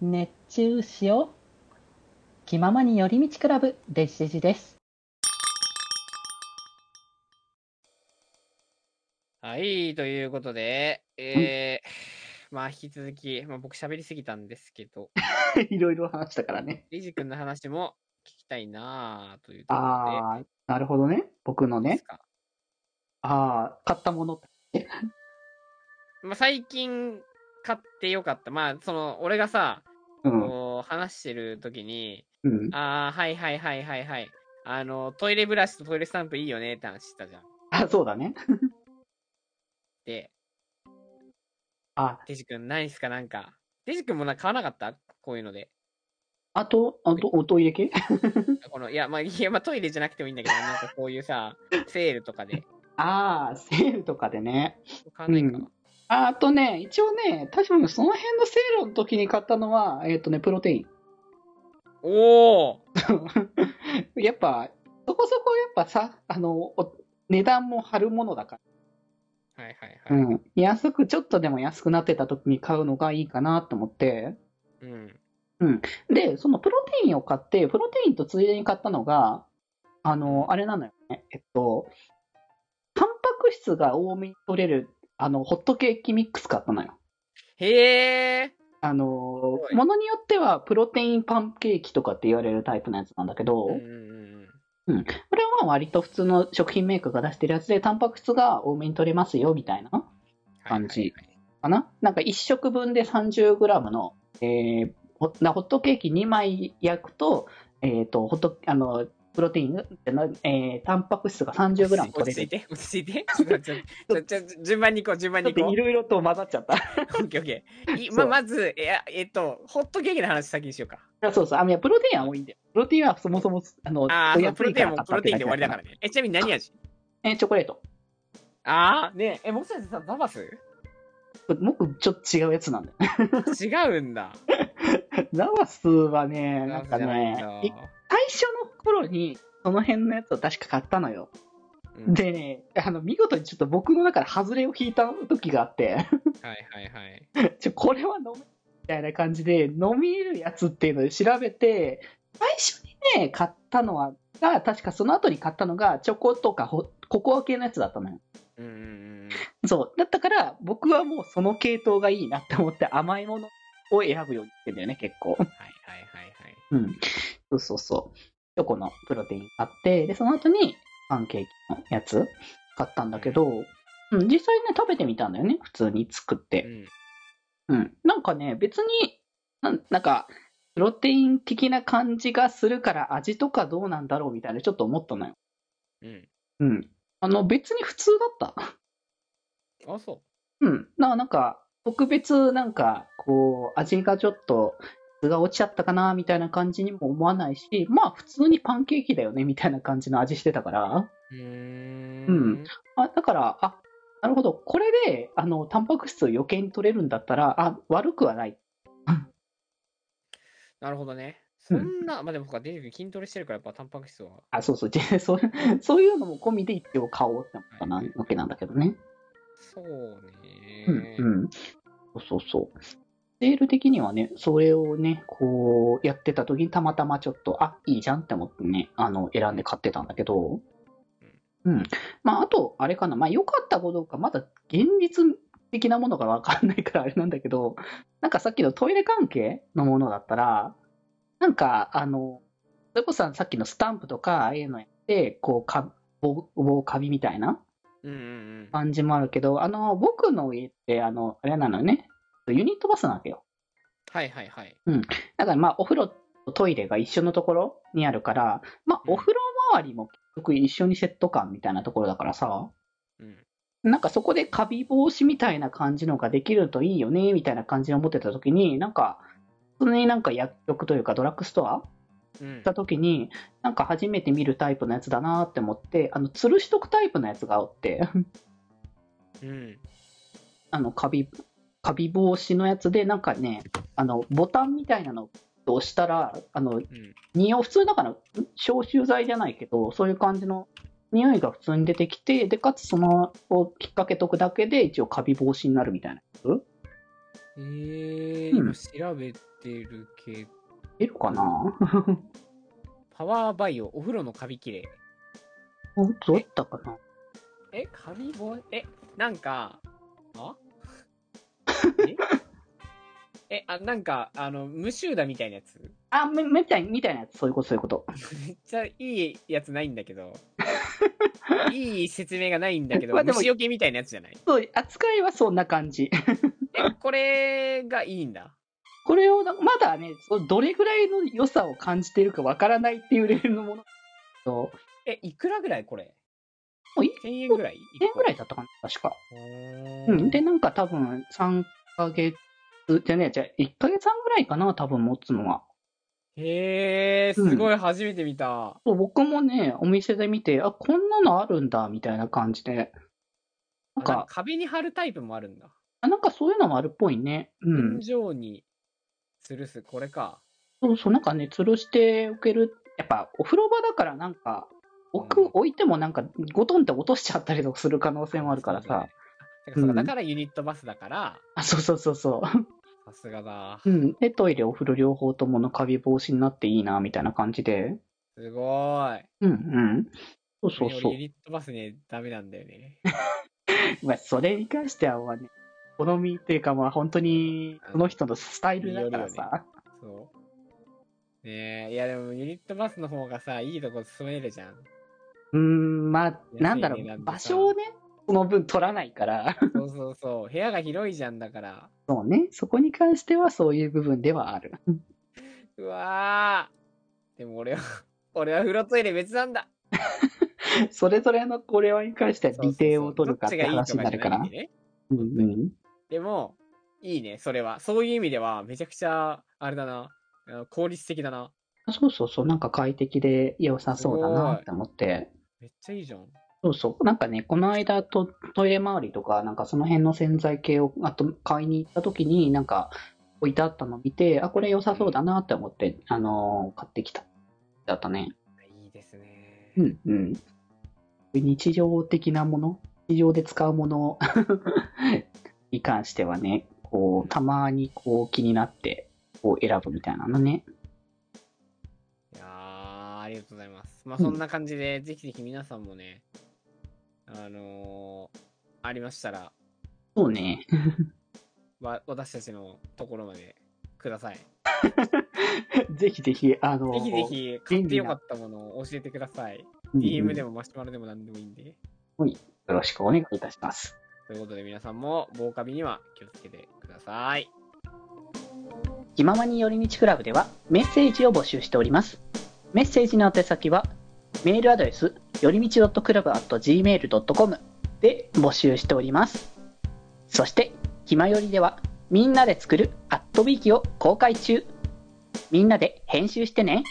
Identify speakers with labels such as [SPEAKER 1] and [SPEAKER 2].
[SPEAKER 1] 熱中しよう気ままに寄り道クラブデジデジです
[SPEAKER 2] はい、ということで、えー、まあ引き続き、まあ僕喋りすぎたんですけ ど、
[SPEAKER 3] いろいろ話したからね。
[SPEAKER 2] レイジ君の話も聞きたいなあというところ
[SPEAKER 3] ああ、なるほどね。僕の
[SPEAKER 2] で、です
[SPEAKER 3] ね。
[SPEAKER 2] か。
[SPEAKER 3] ああ、買ったもの。
[SPEAKER 2] まあ最近買ってよかった。まあその、俺がさ、
[SPEAKER 3] うん。
[SPEAKER 2] こう話してる時に、
[SPEAKER 3] うん。
[SPEAKER 2] ああ、はいはいはいはいはい。あの、トイレブラシとトイレスタンプいいよねって話してたじゃん。
[SPEAKER 3] あそうだね。
[SPEAKER 2] で、
[SPEAKER 3] あ、
[SPEAKER 2] デジ君ないっすかなんか。デジ君もなんか買わなかったこういうので。
[SPEAKER 3] あと、あと、おトイレ系
[SPEAKER 2] この、いや、まあ、いや、まあ、トイレじゃなくてもいいんだけど、なんかこういうさ、セールとかで。
[SPEAKER 3] ああ、セールとかでね。
[SPEAKER 2] 買わないか。
[SPEAKER 3] うんああとね、一応ね、確かにその辺のセールの時に買ったのは、えっ、とね、プロテイン。
[SPEAKER 2] おお
[SPEAKER 3] やっぱ、そこそこやっぱさ、あの、お値段も張るものだか
[SPEAKER 2] はいはい
[SPEAKER 3] ら。
[SPEAKER 2] は
[SPEAKER 3] うん。安く、ちょっとでも安くなってた時に買うのがいいかなと思って。
[SPEAKER 2] い。うん。
[SPEAKER 3] で、そのプロテインを買って、プロテインとついでに買ったのが、あの、あれなのよね。えっと、タンパク質が多めに取れる、あの、ホットケーキミックス買ったのよ。
[SPEAKER 2] へえ
[SPEAKER 3] あの
[SPEAKER 2] すご、い
[SPEAKER 3] ものによってはプロテインパンケーキとかって言われるタイプのやつなんだけど、
[SPEAKER 2] う
[SPEAKER 3] こ
[SPEAKER 2] んうんうん。
[SPEAKER 3] れは割と普通の食品メーカーが出してるやつで、タンパク質が多めに取れますよ、みたいな。感じ
[SPEAKER 2] はいはい
[SPEAKER 3] かななんか1食分で 30g の、えーほなホットケーキ2枚焼くと,、えー、とホットあのプロテインが、えー、タンパク質が
[SPEAKER 2] はい
[SPEAKER 3] 30g
[SPEAKER 2] 落
[SPEAKER 3] 取
[SPEAKER 2] ち着
[SPEAKER 3] れ
[SPEAKER 2] いて、
[SPEAKER 3] る。
[SPEAKER 2] 落ち着いて。 ちょっとちょっとちょっと順番に行こう、順番
[SPEAKER 3] ちょ
[SPEAKER 2] に
[SPEAKER 3] っ
[SPEAKER 2] 行ことう
[SPEAKER 3] い。ろいろと混ざっちゃった。
[SPEAKER 2] オッケーオッケー。い
[SPEAKER 3] そう
[SPEAKER 2] ま、まず、いや、えっと、ホットケーキの話先にしようか。
[SPEAKER 3] そうそう。あのいやプロテインは多いんだよ。プロテインはそもそもあの
[SPEAKER 2] あ
[SPEAKER 3] お
[SPEAKER 2] あ、
[SPEAKER 3] 安
[SPEAKER 2] プロ
[SPEAKER 3] い
[SPEAKER 2] テイ
[SPEAKER 3] か
[SPEAKER 2] ン
[SPEAKER 3] ら
[SPEAKER 2] も
[SPEAKER 3] 買っ
[SPEAKER 2] プロテイ
[SPEAKER 3] たって
[SPEAKER 2] ンで
[SPEAKER 3] だけ
[SPEAKER 2] 終わりだからね。え、ちなみに何味
[SPEAKER 3] えーチョコレート。
[SPEAKER 2] ああ、ねえ、え、もしかしてさ、ババス
[SPEAKER 3] 僕、ちょっと違うやつなんだよ。
[SPEAKER 2] 違うんだ。
[SPEAKER 3] ラワスはね、
[SPEAKER 2] バ
[SPEAKER 3] な
[SPEAKER 2] バ
[SPEAKER 3] ん
[SPEAKER 2] ス
[SPEAKER 3] か
[SPEAKER 2] じゃないん
[SPEAKER 3] ね
[SPEAKER 2] だ、
[SPEAKER 3] い最初の頃に、その辺のやつを確か買ったのよ。
[SPEAKER 2] うん
[SPEAKER 3] でね、あの、見事にちょっと僕の中で外れを引いた時があって。
[SPEAKER 2] はいはいはい。
[SPEAKER 3] ちょ、これは飲め、みたいな感じで、飲み得るやつっていうので調べて、最初にね、買ったのは、が、確かその後に買ったのが、チョコとかほ、ココア系のやつだったのよ。
[SPEAKER 2] うんうんうん。
[SPEAKER 3] そう。だったから、僕はもうその系統がいいなって思って、甘いものを選ぶようにしてんだよね、結構。
[SPEAKER 2] はいはいはいはい。
[SPEAKER 3] うん。そうそうそう。チョコのプロテイン買って、で、その後にパンケーキのやつ買ったんだけど、うん、実際ね、食べてみたんだよね、普通に作って。
[SPEAKER 2] うん
[SPEAKER 3] うん。なんかね、別に、なんなんか、プロテイン的な感じがするから味とかどうなんだろうみたいなちょっと思ったのよ。
[SPEAKER 2] うん。
[SPEAKER 3] うん。あの、別に普通だった。
[SPEAKER 2] あ、そ
[SPEAKER 3] うん。ななんか、特別なんか、こう、味がちょっと、質が落ちちゃったかなみたいな感じにも思わないし、まあ普通にパンケーキだよねみたいな感じの味してたから。
[SPEAKER 2] う。うー
[SPEAKER 3] うん。あ、だから、あ、なるほど。これで、あの、タンパク質を余計に取れるんだったら、あ、悪くはない。
[SPEAKER 2] なるほどね。そ
[SPEAKER 3] うん
[SPEAKER 2] んな、まあでもそっか、デジ君筋トレしてるから、やっぱタンパク質は。
[SPEAKER 3] あ、そうそう、 でそうそういうのも込みで一応買おうって思ったな、
[SPEAKER 2] はい
[SPEAKER 3] わけなんだけどね。
[SPEAKER 2] そうね。
[SPEAKER 3] うん、うん。そうそうそう。セール的にはね、それをね、こう、やってた時にたまたまちょっと、あ、いいじゃんって思ってね、あの、選んで買ってたんだけど、うん。まあ、あと、あれかな、まあ、良かったかどうか、まだ現実的なものがわかんないからあれなんだけど、なんかさっきのトイレ関係のものだったら、なんか、あの、それこそさっきのスタンプとか、ああいうのやって、こう、か棒棒カビみたいな
[SPEAKER 2] うんうんうん。
[SPEAKER 3] 感じもあるけど、あの、僕の家って、あの、あれなのよね。ユニットバスなわけよ。
[SPEAKER 2] はいはいはい。
[SPEAKER 3] だからまあ、お風呂とトイレが一緒のところにあるから、まあ、
[SPEAKER 2] うん
[SPEAKER 3] お風呂周りも結局一緒にセット感みたいなところだからさ、
[SPEAKER 2] うん。
[SPEAKER 3] なんかそこでカビ防止みたいな感じのができるといいよね、みたいな感じで思ってた時に、なんか、普通になんか薬局というかドラッグストア
[SPEAKER 2] うん
[SPEAKER 3] 行っ、た時に、なんか初めて見るタイプのやつだなって思って、あの、吊るしとくタイプのやつがあって、
[SPEAKER 2] うん。
[SPEAKER 3] あの、カビ、カビ防止のやつで、なんかね、あの、ボタンみたいなのを押したら、あの、
[SPEAKER 2] うん。
[SPEAKER 3] 匂い、普通だから、ん消臭剤じゃないけど、そういう感じの匂いが普通に出てきて、で、かつその、を引っ掛けとくだけで、一応カビ防止になるみたいな。
[SPEAKER 2] えで、
[SPEAKER 3] うん
[SPEAKER 2] 今調べてるけど、
[SPEAKER 3] 出るかな
[SPEAKER 2] パワーバイオ、お風呂のカビきれい。
[SPEAKER 3] おどうやったかな
[SPEAKER 2] え、カビ防え、なんか、あ え え、あ、なんか、あの、無臭だみたいなやつ。
[SPEAKER 3] あ、み、みたい、みたいなやつ。そういうこと、そういうこと。
[SPEAKER 2] めっちゃいいやつないんだけ ど。いい説明がないんだけど、
[SPEAKER 3] まあでも
[SPEAKER 2] 虫よけみたいなやつじゃない
[SPEAKER 3] そう、扱いはそんな感じ。
[SPEAKER 2] え、これがいいんだ。
[SPEAKER 3] これをな、まだね、そうどれぐらいの良さを感じてるかわからないっていうレベルのもの。そう。
[SPEAKER 2] え、いくらぐらいこれ
[SPEAKER 3] もう1
[SPEAKER 2] ?1000 円ぐらい
[SPEAKER 3] 年ぐらい
[SPEAKER 2] だ。
[SPEAKER 3] だったかな、確か。
[SPEAKER 2] ほー
[SPEAKER 3] うん。で、なんか多分3ヶ月、じゃねえ、じゃあ1ヶ月半ぐらいかな、多分持つのは。
[SPEAKER 2] へえ、
[SPEAKER 3] うん
[SPEAKER 2] すごい、初めて見た。
[SPEAKER 3] そう僕もね、お店で見て、あ、こんなのあるんだ、みたいな感じで。
[SPEAKER 2] な
[SPEAKER 3] なんか、
[SPEAKER 2] 壁に貼るタイプもあるんだ。
[SPEAKER 3] あなんかそういうのもあるっぽいね。うん
[SPEAKER 2] 天。井に吊るす、これか。
[SPEAKER 3] そうそう、なんかね、吊るしておける。やっぱ、お風呂場だからなんか、置
[SPEAKER 2] うん
[SPEAKER 3] く、置いてもなんか、ゴトンって落としちゃったりとかする可能性もあるから
[SPEAKER 2] そうだ
[SPEAKER 3] さ
[SPEAKER 2] ね。。あだからそうか
[SPEAKER 3] うん
[SPEAKER 2] だからユニットバスだから、
[SPEAKER 3] あ、そうそうそうそ
[SPEAKER 2] さすがだ。
[SPEAKER 3] う。うん。で、トイレ、お風呂両方とものカビ防止になっていいな、みたいな感じで。
[SPEAKER 2] すごい。
[SPEAKER 3] うんうん。そうそう
[SPEAKER 2] 俺
[SPEAKER 3] そ
[SPEAKER 2] ユニットバスね、ダメなんだよ ね。
[SPEAKER 3] う。まあ、それに関しては、まあね、好みっていうか、まあ、本当に、その人のスタイルだから
[SPEAKER 2] によるよ
[SPEAKER 3] さ。
[SPEAKER 2] そう。ねえ、いやでもユニットバスの方がさ、いいとこ住めるじゃん。
[SPEAKER 3] うーん、まあ、
[SPEAKER 2] い
[SPEAKER 3] なんだろ
[SPEAKER 2] そういう意味なん
[SPEAKER 3] う、
[SPEAKER 2] でさ
[SPEAKER 3] 場所をね、その分取らないから。
[SPEAKER 2] そうそうそう。部屋が広いじゃんだから。
[SPEAKER 3] そうね。そこに関しては、そういう部分ではある。
[SPEAKER 2] うわーでも俺は、 俺は風呂トイレ別なんだ。
[SPEAKER 3] それぞれのこれはに関しては美定を取るかって話になるから。
[SPEAKER 2] どっちがいいとじゃないん
[SPEAKER 3] う
[SPEAKER 2] でね
[SPEAKER 3] んうん。
[SPEAKER 2] でも、いいね、それは。そういう意味では、めちゃくちゃ、あれだな。あの効率的だな。
[SPEAKER 3] そうそうそう、なんか快適で良さそうだなって思って。
[SPEAKER 2] めっちゃいいじゃん。
[SPEAKER 3] そうそう。なんかね、この間トトイレ周りとか、なんかその辺の洗剤系を、あと買いに行った時に、なんか置いてあったの見て、あ、これ良さそうだなって思って、あのー買ってきた。だったね。
[SPEAKER 2] いいですね。
[SPEAKER 3] うんうん。日常的なもの、日常で使うもの に関してはね、こう、たまにこう気になって、こう選ぶみたいなのね。
[SPEAKER 2] いやー、ありがとうございます。まあ、
[SPEAKER 3] うん
[SPEAKER 2] そんな感じで、ぜひぜひ皆さんもね、あのー、ありましたら、
[SPEAKER 3] そうね。
[SPEAKER 2] わ私たちのところまでください。ぜ
[SPEAKER 3] ぜひぜひ、あの、
[SPEAKER 2] ひぜひ、買ってよかったものを教えてください。
[SPEAKER 3] うん
[SPEAKER 2] DM で
[SPEAKER 3] よ
[SPEAKER 2] もマシュマロでも何でもいいんで。
[SPEAKER 3] ろしくお願いいたします。
[SPEAKER 2] ということで、皆さんも防カビには気をつけてください。
[SPEAKER 3] 気ままに寄り道クラブではメッセージを募集しております。メッセージの宛先は、メールアドレス、よりみち .club.gmail.com で募集しております。そして、ひまよりでは、みんなで作るアットビーキを公開中。みんなで編集してね。